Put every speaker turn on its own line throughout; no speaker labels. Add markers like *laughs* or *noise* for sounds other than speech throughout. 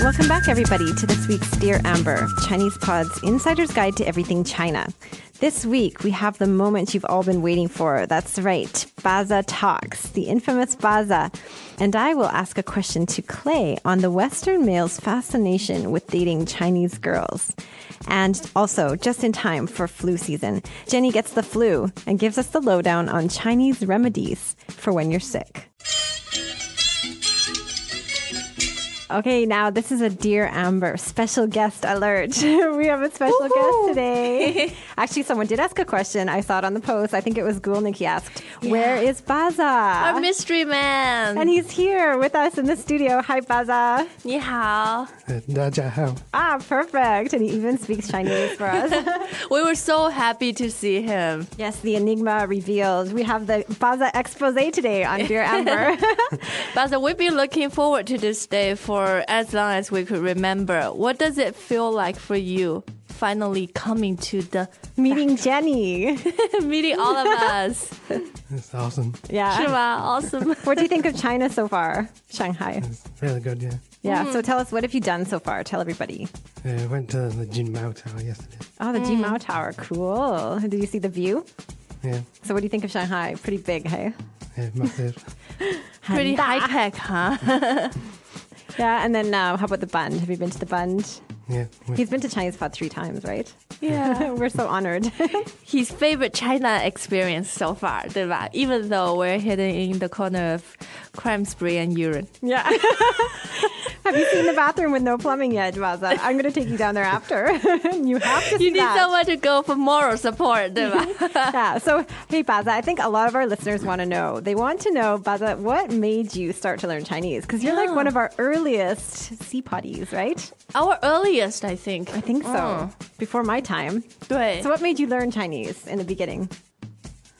Welcome back, everybody, to this week's Dear Amber, Chinese Pod's Insider's Guide to Everything China. This week, we have the moment you've all been waiting for. That's right, Baza Talks, the infamous Baza. And I will ask a question to Clay on the Western male's fascination with dating Chinese girls. And also, just in time for flu season, Jenny gets the flu and gives us the lowdown on Chinese remedies for when you're sick. Okay, now this is a Dear Amber special guest alert. *laughs* we have a special guest today. Actually, someone did ask a question. I saw it on the post. I think it was Gulnik. He asked, Where is Baza?
Our mystery man.
and he's here with us in the studio. Hi, Baza.
你好.
大家好。
Ah, perfect. And he even speaks Chinese for us.
We were so happy to see him.
yes, the enigma revealed. We have the Baza expose today on Dear Amber.
But we've been looking forward to this day for as long as we could remember. What does it feel like for you finally coming to the *laughs*
Meeting Jenny.
meeting all
*laughs*
of us?
It's awesome.
Yeah.
是
*laughs*
吗? Awesome.
What do you think of China so far? Shanghai.
It's really good, yeah.
Yeah. So tell us, what have you done so far? Tell everybody.
Uh, I went to the Jin Mao Tower yesterday.
Oh, the Jimao
Hmm.
Tower. Cool. Did you see the view?
Yeah,
So, what do you think of Shanghai? Pretty big, hey?
yeah massive.
Pretty high
*laughs*
tech, huh?
Yeah. And then um, how about the Bund? Have you been to the Bund?
yeah, we-
He's been to Chinese Pod three times, right?
Yeah.
We're so honored.
*laughs* His favorite China experience so far, 对吧? Even though we're hidden in the corner of crime spree and urine.
*laughs*
*laughs*
yeah. have you seen the bathroom with no plumbing yet, Baza? I'm going to take you down there after. *laughs* you have to see
You need uh,
that.
someone to go for moral
*laughs*
support, 对吧?
yeah. So, hey, Baza, I think a lot of our listeners want to know. They want to know, Baza, what made you start to learn Chinese? Because you're like
Yeah.
one of our earliest sea potties, right?
Our earliest, I think. Mm.
I think so.
Oh.
Before my time.
对
So, what made you learn Chinese in the beginning?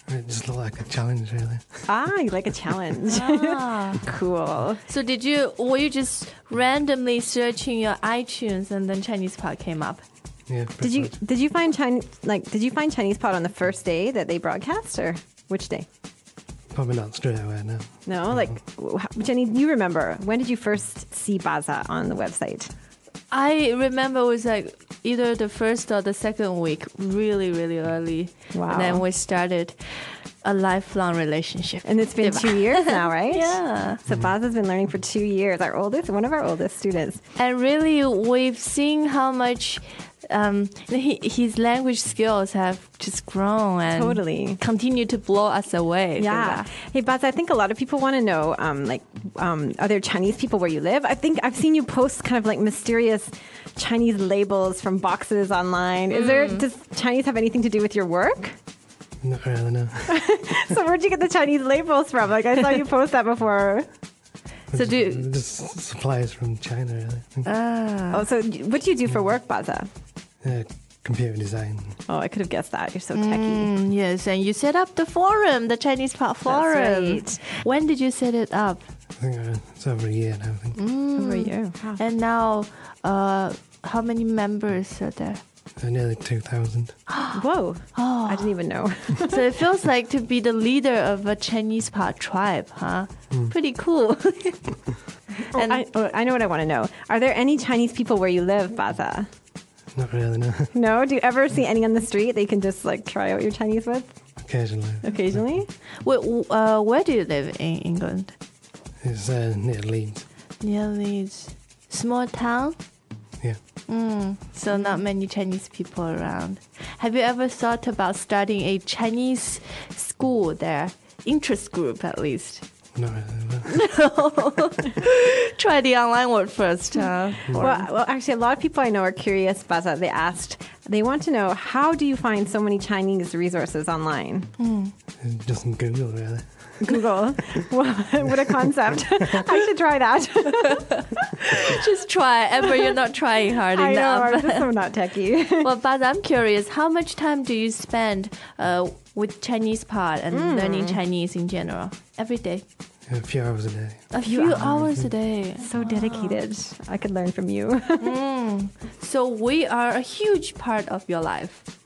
it uh, just looked like a challenge, really.
Ah, you like a challenge.
Ah.
*laughs* cool.
*laughs* So did you? Were you just randomly searching your iTunes and then Chinese pod came up?
Yeah.
Did
pretty
you
much.
did you find Chinese like did you find Chinese pot on the first day that they broadcast or which day?
Probably not straight away, no.
No, like w- how- Jenny, you remember when did you first see Baza on the website?
I remember it was like either the first or the second week, really, really early.
Wow.
And then we started a lifelong relationship.
And it's been two years
*laughs*
now, right?
yeah.
So Baza's been learning for two years. Our oldest, one of our oldest students.
And really, we've seen how much um, he, his language skills have just grown and
Totally.
continue to blow us away.
Yeah.
对吧?
Hey, Baz, I think a lot of people want to know, um, like, um, are there Chinese people where you live? I think I've seen you post kind of like mysterious Chinese labels from boxes online. Is there, does Chinese have anything to do with your work? *laughs*
Not really, no.
so where'd you get the Chinese labels from? Like, I saw you post that before.
So do
just supplies from China, really.
Ah.
Oh, so y- what do you do for work, Baza?
Uh, computer design.
Oh, I could have guessed that. You're so techie.
Mm, yes, and you set up the forum, the Chinese Pop Forum.
right.
When did you set it up?
I think around- it's over a year now, I think.
Over you. Wow.
And now, uh, how many members are *laughs* there?
Uh, nearly 2,000.
*gasps* Whoa. Oh. I didn't even know.
so it feels like to be the leader of a Chinese Pop tribe, huh? Pretty cool. *laughs*
And *laughs* I, oh, I know what I want to know. Are there any Chinese people where you live, Baza?
Not really, no. *laughs*
No? Do you ever see any on the street that you can just like try out your Chinese with
Occasionally.
occasionally?
Wait, w- uh, where do you live in England?
It's uh, near Leeds.
Near Leeds. Small town, Hmm.
Yeah.
Mm, so not many Chinese people around. Have you ever thought about starting a Chinese school there? Interest group, at least.
Not really, no.
Try the online word first. *laughs* Huh?
Well, well, actually, a lot of people I know are curious, Baza. They asked, they want to know how do you find so many Chinese resources online?
It's *laughs* just Google, really.
Google. *laughs* what, what a concept. *laughs* I should try that.
Just try, Amber. You're not trying hard *laughs*
I know,
enough.
I'm just so not techie. *laughs*
*laughs* well, but I'm curious. How much time do you spend uh, with Chinese part and learning Chinese in general every day?
A few hours a day.
A few, hours a day.
so dedicated. I could learn from you. *laughs*
So we are a huge part of your life.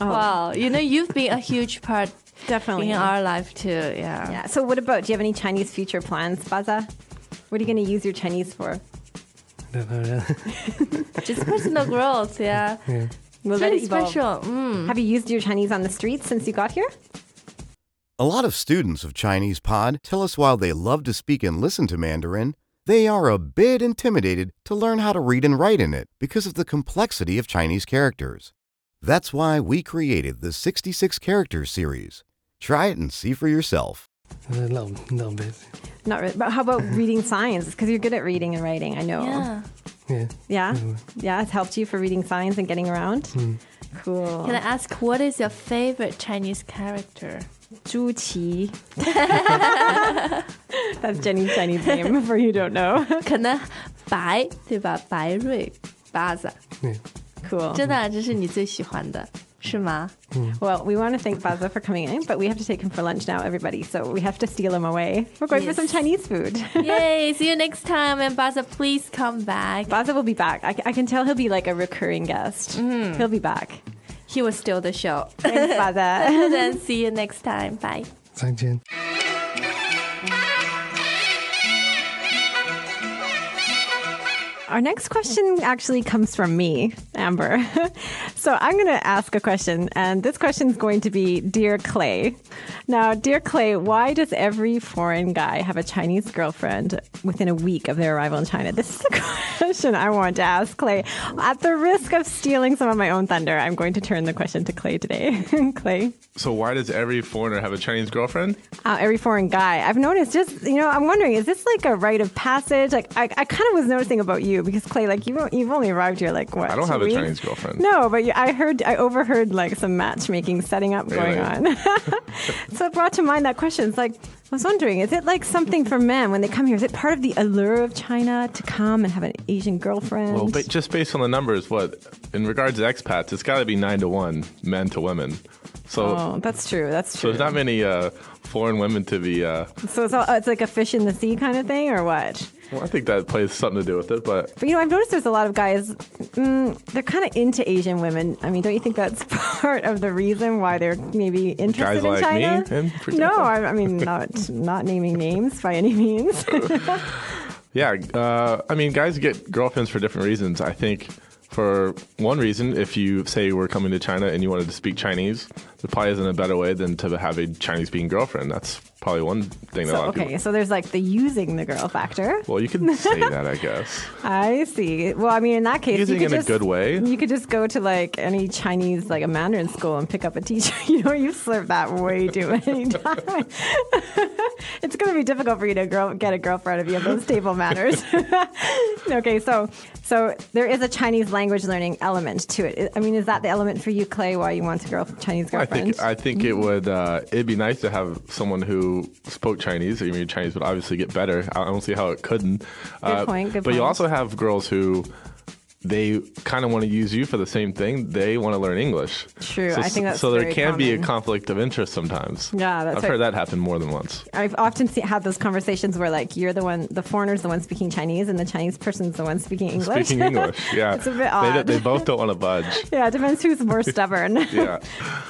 Wow, you know you've been a huge *laughs* part
Oh, Definitely.
in our life too. Yeah.
yeah. So, what about, do you have any Chinese future plans, Baza? What are you going to use your Chinese for?
don't know really.
Just *laughs* personal growth, yeah.
yeah.
We'll let
It's very
it evolve.
special. Mm.
Have you used your Chinese on the streets since you got here?
A lot of students of Chinese Pod tell us while they love to speak and listen to Mandarin, they are a bit intimidated to learn how to read and write in it because of the complexity of Chinese characters. That's why we created the 66 Characters series. Try it and see for yourself.
A little, little bit.
Not really. But how about reading signs? Because you're good at reading and writing, I know.
Yeah.
Yeah.
Yeah. Yeah, it's helped you for reading signs and getting around. Cool.
Can I ask what is your favorite Chinese character?
Zhu Qi. That's Jenny's
*laughs*
Chinese name for you don't know. *laughs*
可能白对吧？白瑞巴子，
Yeah.
Cool.
真的这是你最喜欢的，是吗？
Well, we want to thank Baza for coming in, but we have to take him for lunch now, everybody. So we have to steal him away. We're going for
Yes.
some Chinese food.
*laughs* Yay! See you next time, and Baza, please come back.
Baza will be back. I, c- I can tell he'll be like a recurring guest.
Mm-hmm.
He'll be back.
He was still the *laughs* show.
Thanks,
*laughs*
Baza.
then see you next time. Bye.
Thank you.
Our next question actually comes from me, Amber. *laughs* so I'm going to ask a question, and this question is going to be Dear Clay. Now, Dear Clay, why does every foreign guy have a Chinese girlfriend within a week of their arrival in China? This is the *laughs* question I want to ask Clay. At the risk of stealing some of my own thunder, I'm going to turn the question to Clay today. *laughs* Clay.
So why does every foreigner have a Chinese girlfriend?
uh, every foreign guy. I've noticed just, you know, I'm wondering, is this like a rite of passage? Like, I, I kind of was noticing about you because Clay, like, you've, o- you've only arrived here, like, what?
I don't
two
have a
weeks?
Chinese girlfriend.
No, but you, I heard, I overheard like some matchmaking setting up going
Really?
on. *laughs* so it brought to mind that question. It's like, I was wondering, is it like something for men when they come here? Is it part of the allure of China to come and have an Asian girlfriend?
Well, but just based on the numbers, what in regards to expats, it's got to be nine to one, men to women. So,
Oh, that's true. That's
so
true.
there's not many uh, foreign women to be. Uh,
so it's, all, it's like a fish in the sea kind of thing, or what?
well, I think that plays something to do with it, but
But you know, I've noticed there's a lot of guys. Mm, they're kind of into Asian women. I mean, don't you think that's *laughs* part of the reason why they're maybe interested
Guys
in
like
China?
me, in
no,
particular?
I, I mean
*laughs*
not not naming names by any means.
yeah, uh, I mean, guys get girlfriends for different reasons. I think for one reason, if you say we're coming to China and you wanted to speak Chinese, there probably isn't a better way than to have a Chinese-speaking girlfriend. That's probably one thing that a
so,
lot
*laughs*
of
okay,
people.
so there's like the using the girl factor.
Well, you can
*laughs*
say that, I guess.
I see. Well, I mean, in that case,
Using
you could
in a
just,
good way.
You could just go to like any Chinese, like a Mandarin school, and pick up a teacher. *laughs* You know, you've slurped that way too many *laughs* times. it's going to be difficult for you to girl, get a girlfriend if you have those table manners. *laughs* okay, so so there is a Chinese language learning element to it. I mean, is that the element for you, Clay? Why you want a girl Chinese girlfriend?
I think I think
Mm-hmm.
it would uh, it'd be nice to have someone who spoke Chinese. I mean, your Chinese would obviously get better. I I don't see how it couldn't. Uh,
point, good
but you
point.
also have girls who they kind of want to use you for the same thing. They want to learn English.
True,
So,
I think that's
so. There
very
can be a
common.
conflict of interest sometimes.
Yeah, that's
I've
right.
heard that happen more than once.
I've often see, had those conversations where like you're the one, the foreigner's the one speaking Chinese, and the Chinese person's the one speaking English. *laughs*
Speaking English, yeah,
It's a bit
They-
odd.
They, both don't want
*laughs*
to budge.
Yeah, it depends who's
*laughs*
more stubborn.
Yeah.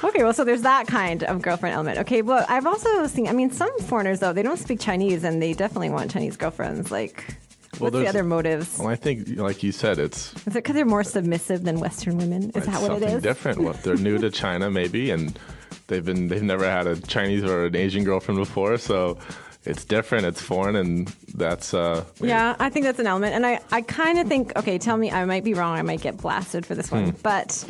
Okay, well, so there's that kind of girlfriend element. Okay, well, I've also seen, I mean, some foreigners, though, they don't speak Chinese and they definitely want Chinese girlfriends. Like, what's the
there's-
other motives?
Well, I think, like you said, it's
Is it because they're more submissive than Western women? Is
it's
that what it
something
is?
different. What they're new to China, maybe, and they've been they've never had a Chinese or an Asian girlfriend before, so it's different. It's foreign, and that's uh, maybe-
Yeah, I think that's an element. And I, I kind of think, okay, tell me, I might be wrong. I might get blasted for this
Hmm.
one. But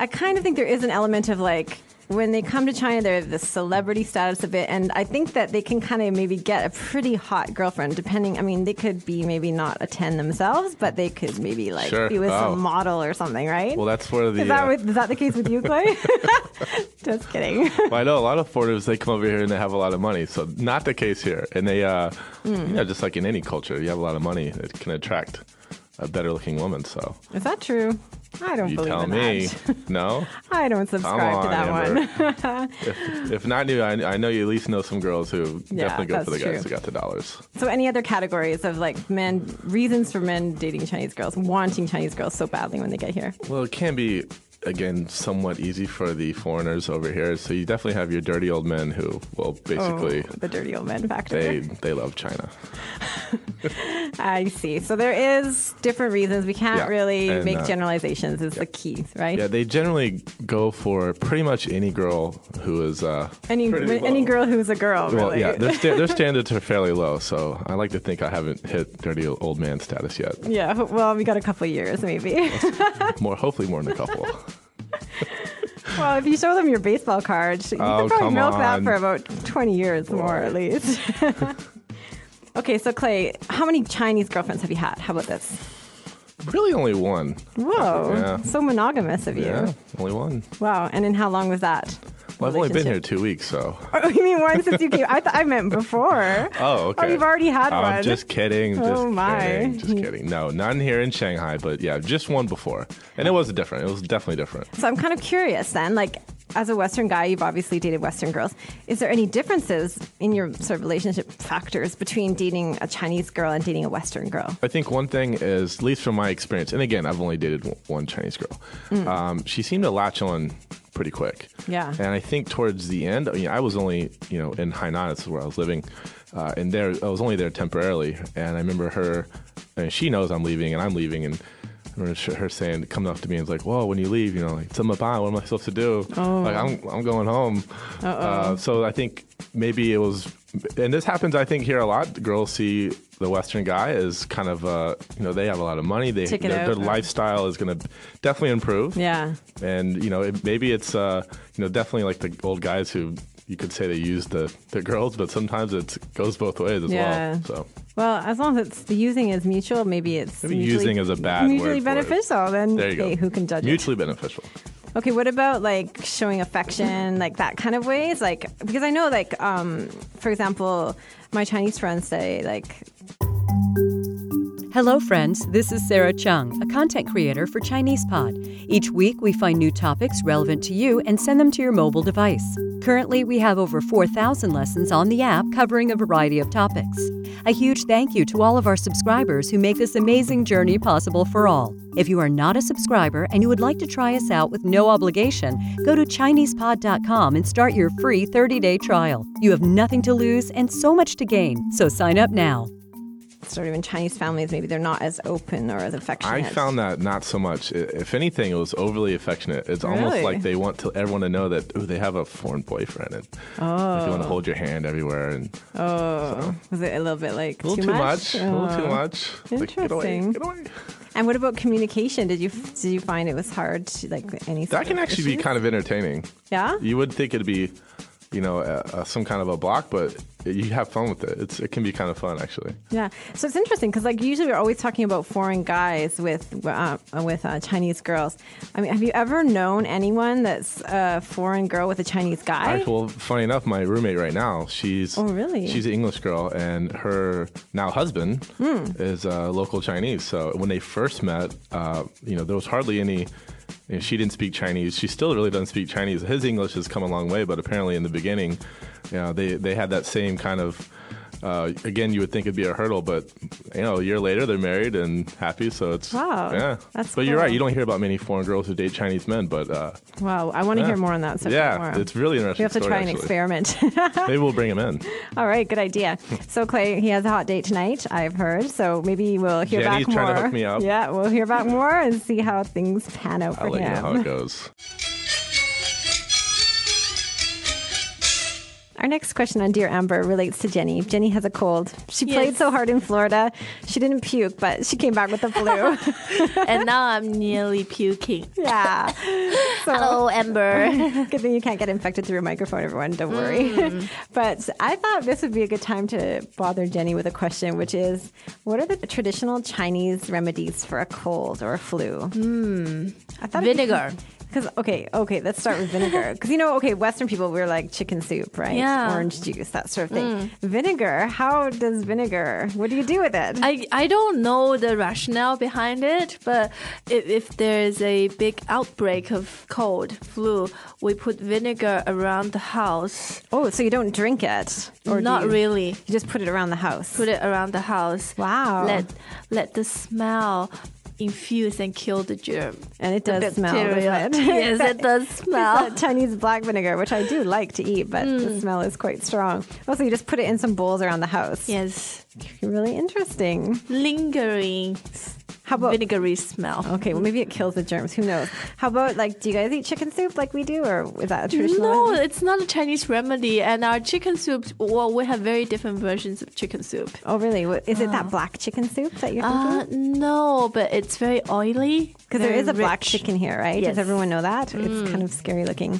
I kind of think there is an element of like, when they come to China, they have the celebrity status a bit. And I think that they can kind of maybe get a pretty hot girlfriend, depending. I mean, they could be maybe not a 10 themselves, but they could maybe like
Sure.
be with
Oh.
some model or something, right?
Well, that's where the
is, that
uh,
with, is that the case with you,
*laughs*
Clay? *laughs* Just kidding. *laughs*
well, I know a lot of foreigners they come over here and they have a lot of money. So not the case here, and they uh,
Mm.
you know just like in any culture, you have a lot of money, it can attract a better looking woman. So
Is that true? I don't
you
believe
tell
in
me,
that. *laughs*
*laughs* no.
I don't
Come
subscribe
on,
to that one. *laughs*
Amber. if, if not you, I, I know you at least know some girls who
Yeah,
definitely go for the
that's true.
guys who got the dollars.
So, any other categories of like men reasons for men dating Chinese girls, wanting Chinese girls so badly when they get here?
Well, it can be again somewhat easy for the foreigners over here. So you definitely have your dirty old men who will basically
Oh, the dirty old man factor.
they they love China.
I see. So there is different reasons. We can't
Yeah.
really
And,
make
uh,
generalizations. Is the key, right?
Yeah, they generally go for pretty much any girl who is uh
Any
pretty
any
low.
girl who's a girl,
Well,
really.
yeah, their, sta- their standards are fairly low, so I like to think I haven't hit dirty old man status yet.
*laughs* Yeah, Well, we got a couple years,
*laughs*
maybe. *laughs*
More, hopefully, more than a couple.
well, if you show them your baseball card, you can
Oh,
probably
come
milk that
on.
for about twenty years more, at
Boy.
least. *laughs* okay, so Clay, how many Chinese girlfriends have you had? How about this?
really, only one.
Whoa,
Yeah.
so monogamous of you.
Yeah, only one.
Wow. And in how long was that?
Well, I've only been here
relationship? *laughs*
two weeks, so.
Oh, you mean one since you came? I thought I meant before.
*laughs* Oh, okay.
Oh, you've already had
I'm
one.
just kidding. Just
Oh, my. *laughs*
Kidding, just kidding. No, none here in Shanghai, but yeah, just one before, and it was different. It was definitely different.
So I'm kind of curious then, like as a Western guy, you've obviously dated Western girls. Is there any differences in your sort of relationship factors between dating a Chinese girl and dating a Western girl?
I think one thing is, at least from my experience, and again, I've only dated w- one Chinese girl. Um, she seemed to latch on pretty quick.
Mm. Yeah.
And I think towards the end, I, mean, I was only, you know, in Hainan, this is where I was living, uh, and there I was only there temporarily. And I remember her, and she knows I'm leaving, and I'm leaving, and. I remember sh- her saying, coming up to me and was like, "Whoa, when you leave, you know, like, "怎么办? what am I supposed to do? Like, I'm, I'm going home." Uh, so I think maybe it was, and this happens, I think, here a lot. Girls see the Western guy as kind of, uh, you know, they have a lot of money. They
Ticket
their, their
out.
lifestyle is going to definitely improve
Yeah.
and you know it, maybe it's uh, you know definitely like the old guys who you could say they use the, the girls, but sometimes it goes both ways as
Yeah.
well. So
Well, as long as it's the using is mutual, maybe it's
Maybe
mutually-
using is a bad
mutually
word for it.
beneficial. Then
there you
hey,
go.
who can judge it?
Mutually beneficial.
Okay, what about like showing affection, like that kind of ways? Like because I know like um for example, my Chinese friends say like
Hello, friends. This is Sarah Chung, a content creator for Chinese Pod. Each week, we find new topics relevant to you and send them to your mobile device. Currently, we have over 4,000 lessons on the app covering a variety of topics. A huge thank you to all of our subscribers who make this amazing journey possible for all. If you are not a subscriber and you would like to try us out with no obligation, go to ChinesePod.com and start your free 30 day trial. You have nothing to lose and so much to gain, so sign up now.
sort of in Chinese families maybe they're not as open or as
I
affectionate.
found that not so much. I- If anything, it was overly affectionate. It's
Really?
almost like they want to everyone to know that ooh, they have a foreign boyfriend, and like, they
Oh.
want to hold your hand everywhere, and
Was it a little bit like
a little
too, much?
a little too
Oh.
much. Like, get away,
Interesting.
get away.
And what about communication? Did you did you find it was hard? To, like any
That can actually be kind of entertaining.
Yeah?
You would think it'd be, you know, uh, uh, some kind of a block, but you have fun with it. It's, it can be kind of fun, actually.
yeah. So it's interesting because like usually we're always talking about foreign guys with uh, with uh, Chinese girls. I mean, have you ever known anyone that's a foreign girl with a Chinese guy?
Actually, well, funny enough, my roommate right now, she's
Oh, really?
She's an English girl, and her now husband
Hmm.
is a local Chinese. So when they first met, uh, you know, there was hardly any. You know, she didn't speak Chinese. She still really doesn't speak Chinese. His English has come a long way, but apparently in the beginning, you know, they they had that same kind of. Uh, again, you would think it'd be a hurdle, but you know, a year later they're married and happy. So it's
Wow,
yeah.
that's
but you're right.
cool.
You don't hear about many foreign girls who date Chinese men, but uh,
Wow, I want to
yeah.
hear more on that. subject
Yeah,
tomorrow.
it's really
We
interesting.
have to
story,
try and
actually.
experiment. *laughs*
Maybe we'll bring him in.
All right, good idea. So Clay, he has a hot date tonight. I've heard. So maybe we'll hear
Jenny's
back more.
trying to hook me up.
Yeah, we'll hear back more and see how things pan out for
I'll let
him.
you know how it goes.
Our next question on Dear Amber relates to Jenny. Jenny has a cold. She
Yes.
played so hard in Florida, she didn't puke, but she came back with the flu. *laughs*
and now I'm nearly *laughs* puking.
yeah.
Oh, *laughs* Amber.
Good thing you can't get infected through a microphone, everyone. Don't worry.
Mm.
*laughs* but I thought this would be a good time to bother Jenny with a question, which is what are the traditional Chinese remedies for a cold or a flu? Mm. I thought it'd be-
Hmm.
*laughs*
Vinegar.
Because okay, okay, let's start with vinegar.
*laughs*
Because you know, okay, Western people we're like chicken soup, right?
Yeah. Mm.
Orange juice, that sort of thing. Vinegar. How does vinegar? What do you do with it?
I, I don't know the rationale behind it, but if, if there's a big outbreak of cold, flu, we put vinegar around the house.
oh, so you don't drink it, do
Not
you?
really.
You just put it around the house.
Put it around the house.
Wow.
Let let the smell infuse and kill the germ.
And it does smell,
bacteria.
doesn't it?
*laughs* yes, it
*laughs*
does smell. *laughs*
It's that Chinese black vinegar, which I do like to eat, but
Hmm.
the smell is quite strong. Also, you just put it in some bowls around the house.
Yes,
Really interesting.
lingering
How about Oh,
vinegary smell.
Okay, well maybe it kills the germs. Who knows? How about like, do you guys eat chicken soup like we do, or is that a traditional?
No, it's not a Chinese remedy. And our chicken soup, well, we have very different versions of chicken soup.
Oh really? What- Is it that black chicken soup that you're thinking?
Uh, no, but it's very oily.
Because there
very
is a black
rich.
chicken here, right?
Yes. Hmm.
Does everyone know that? It's kind of scary looking,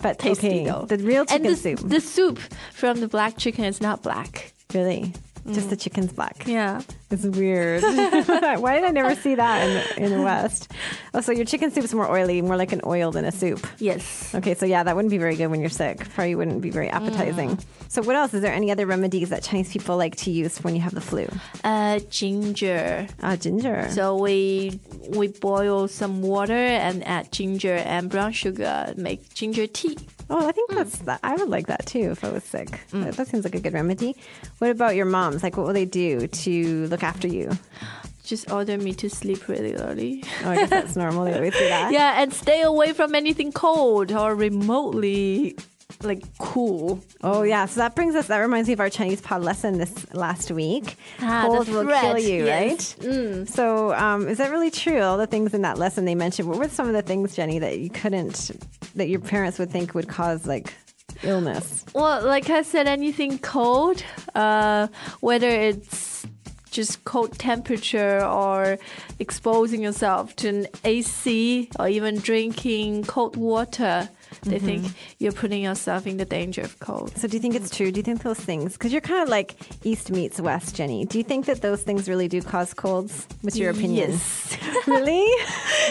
but
Tasty
okay,
though.
The real
and
chicken
the,
soup,
The soup from the black chicken is not black.
really,
Hmm.
just the chicken's black.
Yeah.
It's weird. *laughs* Why did I never see that in, in the West? Oh, so your chicken soup's more oily, more like an oil than a soup.
Yes.
Okay, so yeah, that wouldn't be very good when you're sick. Probably wouldn't be very appetizing. So, what else? Is there any other remedies that Chinese people like to use when you have the flu?
Uh, ginger.
Ah, ginger.
So we we boil some water and add ginger and brown sugar, make ginger tea.
oh, I think that's that. I would like that too if I was sick. That, that seems like a good remedy. What about your moms? Like, what will they do to look after you?
Just order me to sleep really early.
Oh, I guess that's normal. They always do that.
*laughs* Yeah, and stay away from anything cold or remotely like cool.
Oh, yeah. So that brings us. That reminds me of our Chinese pod lesson this last week.
Ah, the
Cold will kill
threat,
you,
yes. Mm.
right? So, um, is that really true? All the things in that lesson they mentioned. What were some of the things, Jenny, that you couldn't, that your parents would think would cause like illness?
Well, like I said, anything cold, uh, whether it's just cold temperature or exposing yourself to an AC or even drinking cold water, they think you're putting yourself in the danger of cold.
So, do you think it's true? Do you think those things? Because you're kind of like East meets West, Jenny. Do you think that those things really do cause colds? What's your opinion?
Yes.
*laughs*
*laughs*
Really?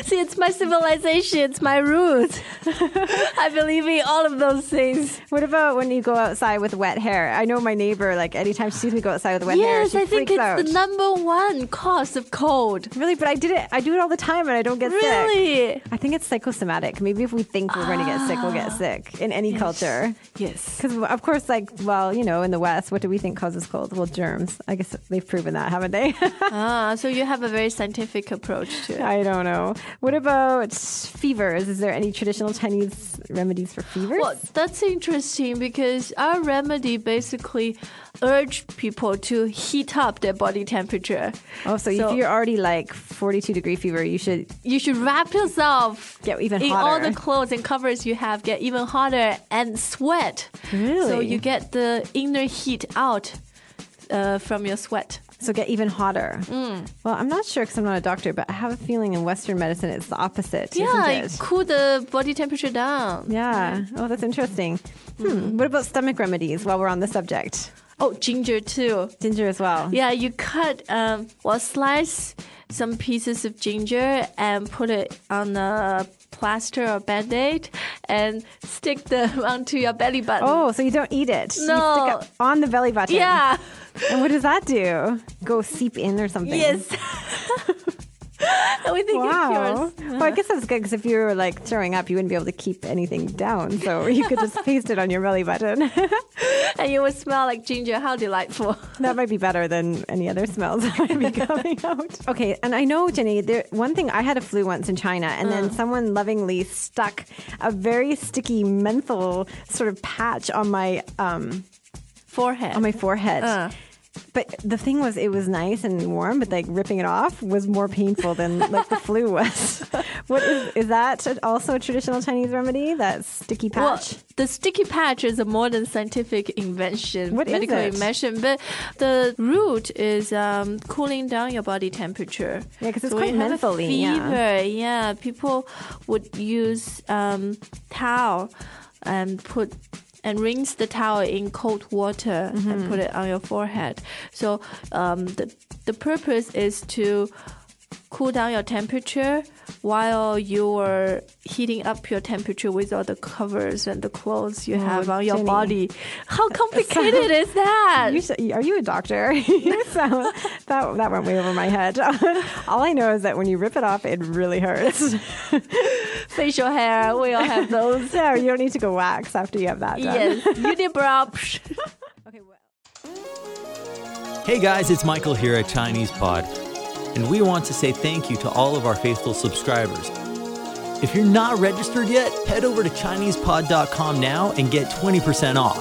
See, it's my civilization, it's my roots. *laughs* I believe in all of those things.
What about when you go outside with wet hair? I know my neighbor. Like anytime she sees me go outside with wet hair,
yes,
she
I think
freaks
it's
out.
the number one cause of cold.
Really, but I did it. I do it all the time, and I don't get sick.
Really?
I think it's psychosomatic. Maybe if we think we're going to get sick, we'll get
Ah.
sick in any culture.
Yes.
Because of course, like, well, you know, in the West, what do we think causes cold? Well, germs. I guess they've proven that, haven't they? *laughs*
Ah, so you have a very scientific approach to it.
I don't know. What about fevers? Is there any traditional Chinese remedies for fevers?
Well, that's interesting because our remedy basically urged people to heat up their body temperature.
oh, so,
so-
if you're already like 42 degree fever, you should.
You should wrap yourself
Get even
in all
hotter.
the clothes and covers you have, get even hotter and sweat. So
Really?
you get the inner heat out uh, from your sweat.
So get even hotter.
Mm.
Well, I'm not sure because I'm not a doctor, but I have a feeling in Western medicine it's the opposite.
yeah,
isn't it?
it cool the body temperature down.
Yeah. Oh, that's interesting. Hmm. What about stomach remedies while we're on the subject?
Oh, ginger too.
Ginger as well.
Yeah, you cut um, well slice some pieces of ginger and put it on a plaster or band-aid and stick them *laughs* onto your belly button.
Oh, so you don't eat it. You
No.
stick it on the belly button.
yeah.
And what does that do? Go seep in or something.
Yes. *laughs* we think
Wow.
it cures.
Well, I guess that's good because if you were like throwing up, you wouldn't be able to keep anything down. So *laughs* you could just paste it on your belly button.
And you will smell like ginger. How delightful.
that might be better than any other smells *laughs* that might be coming out. Okay, and I know, Jenny, there, one thing I had a flu once in China, and then someone lovingly stuck a very sticky menthol sort of patch on my um,
Forehead.
on my forehead.
Uh.
But the thing was, it was nice and warm, but like ripping it off was more painful *laughs* than like the flu was. *laughs* What is, is that also a traditional Chinese remedy? That sticky
Well,
patch?
the sticky patch is a modern scientific invention,
What is
medical
it?
invention. But the root is um, cooling down your body temperature.
Yeah, 'cause it's
so when
quite
you have a
mentholy, yeah.
Fever, yeah. People would use um, towel and put and rinse the towel in cold water and put it on your forehead. So um, the the purpose is to cool down your temperature while you're heating up your temperature with all the covers and the clothes you have on your
Jenny.
body. *laughs* How complicated is that?
You should, are you a doctor? *laughs* You sound- that, that went way over my head. *laughs* All I know is that when you rip it off, it really
*laughs*
hurts.
Facial hair, we all have those.
so you don't need to go wax after you have that done.
*laughs* yes, unibrow. psh.
Hey guys, it's Michael here at Chinese Pod. and we want to say thank you to all of our faithful subscribers. If you're not registered yet, head over to ChinesePod.com now and get 20% off.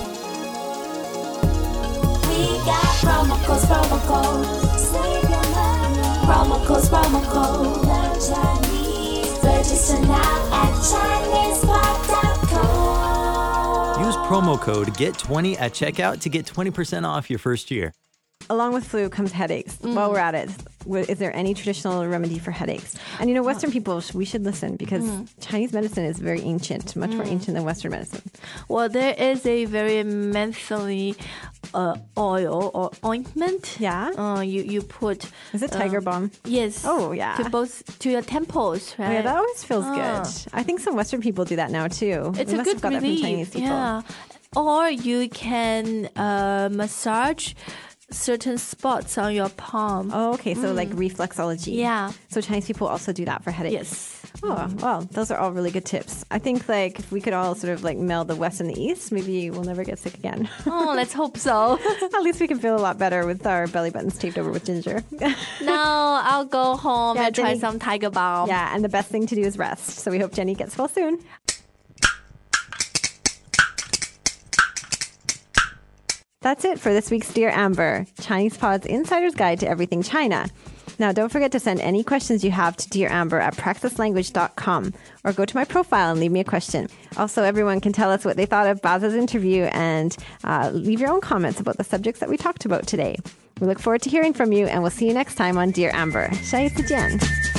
We got promo codes, promo codes. Save your money. Promo codes, promo codes. Learn Chinese. Register now at ChinesePod.com.
Use promo code GET20 at checkout to get 20% off your first year.
Along with flu comes headaches.
Mm.
While we're at it, wh- is there any traditional remedy for headaches? And you know, Western
Uh.
people, sh- we should listen because
Mm.
Chinese medicine is very ancient, much more ancient than Western medicine.
Well, there is a very mentholy uh, oil or ointment.
Yeah?
Uh, you you put. uh,
Is it tiger balm?
Yes.
Oh, yeah. Oh,
To both to your temples, right?
Yeah, that always feels
Ah.
good. I think some Western people do that now too.
It's
we
a
must
good
have got that
relief.
from Chinese people.
Yeah. Or you can uh, massage certain spots on your palm.
Oh, okay. So like reflexology.
Mm. Yeah.
So Chinese people also do that for headaches.
Yes.
Oh, well, those are all really good tips. I think like if we could all sort of like meld the West and the East, maybe we'll never get sick again.
Oh, let's hope so.
*laughs* At least we can feel a lot better with our belly buttons taped over with ginger.
now I'll go home
Yeah,
and try
Jenny-
some tiger balm.
yeah, and the best thing to do is rest. So we hope Jenny gets well soon. That's it for this week's Dear Amber, Chinese Pod's Insider's Guide to Everything China. Now, don't forget to send any questions you have to Dear Amber at praxislanguage.com or go to my profile and leave me a question. Also, everyone can tell us what they thought of Baza's interview and uh, leave your own comments about the subjects that we talked about today. We look forward to hearing from you, and we'll see you next time on Dear Amber. 下一次见。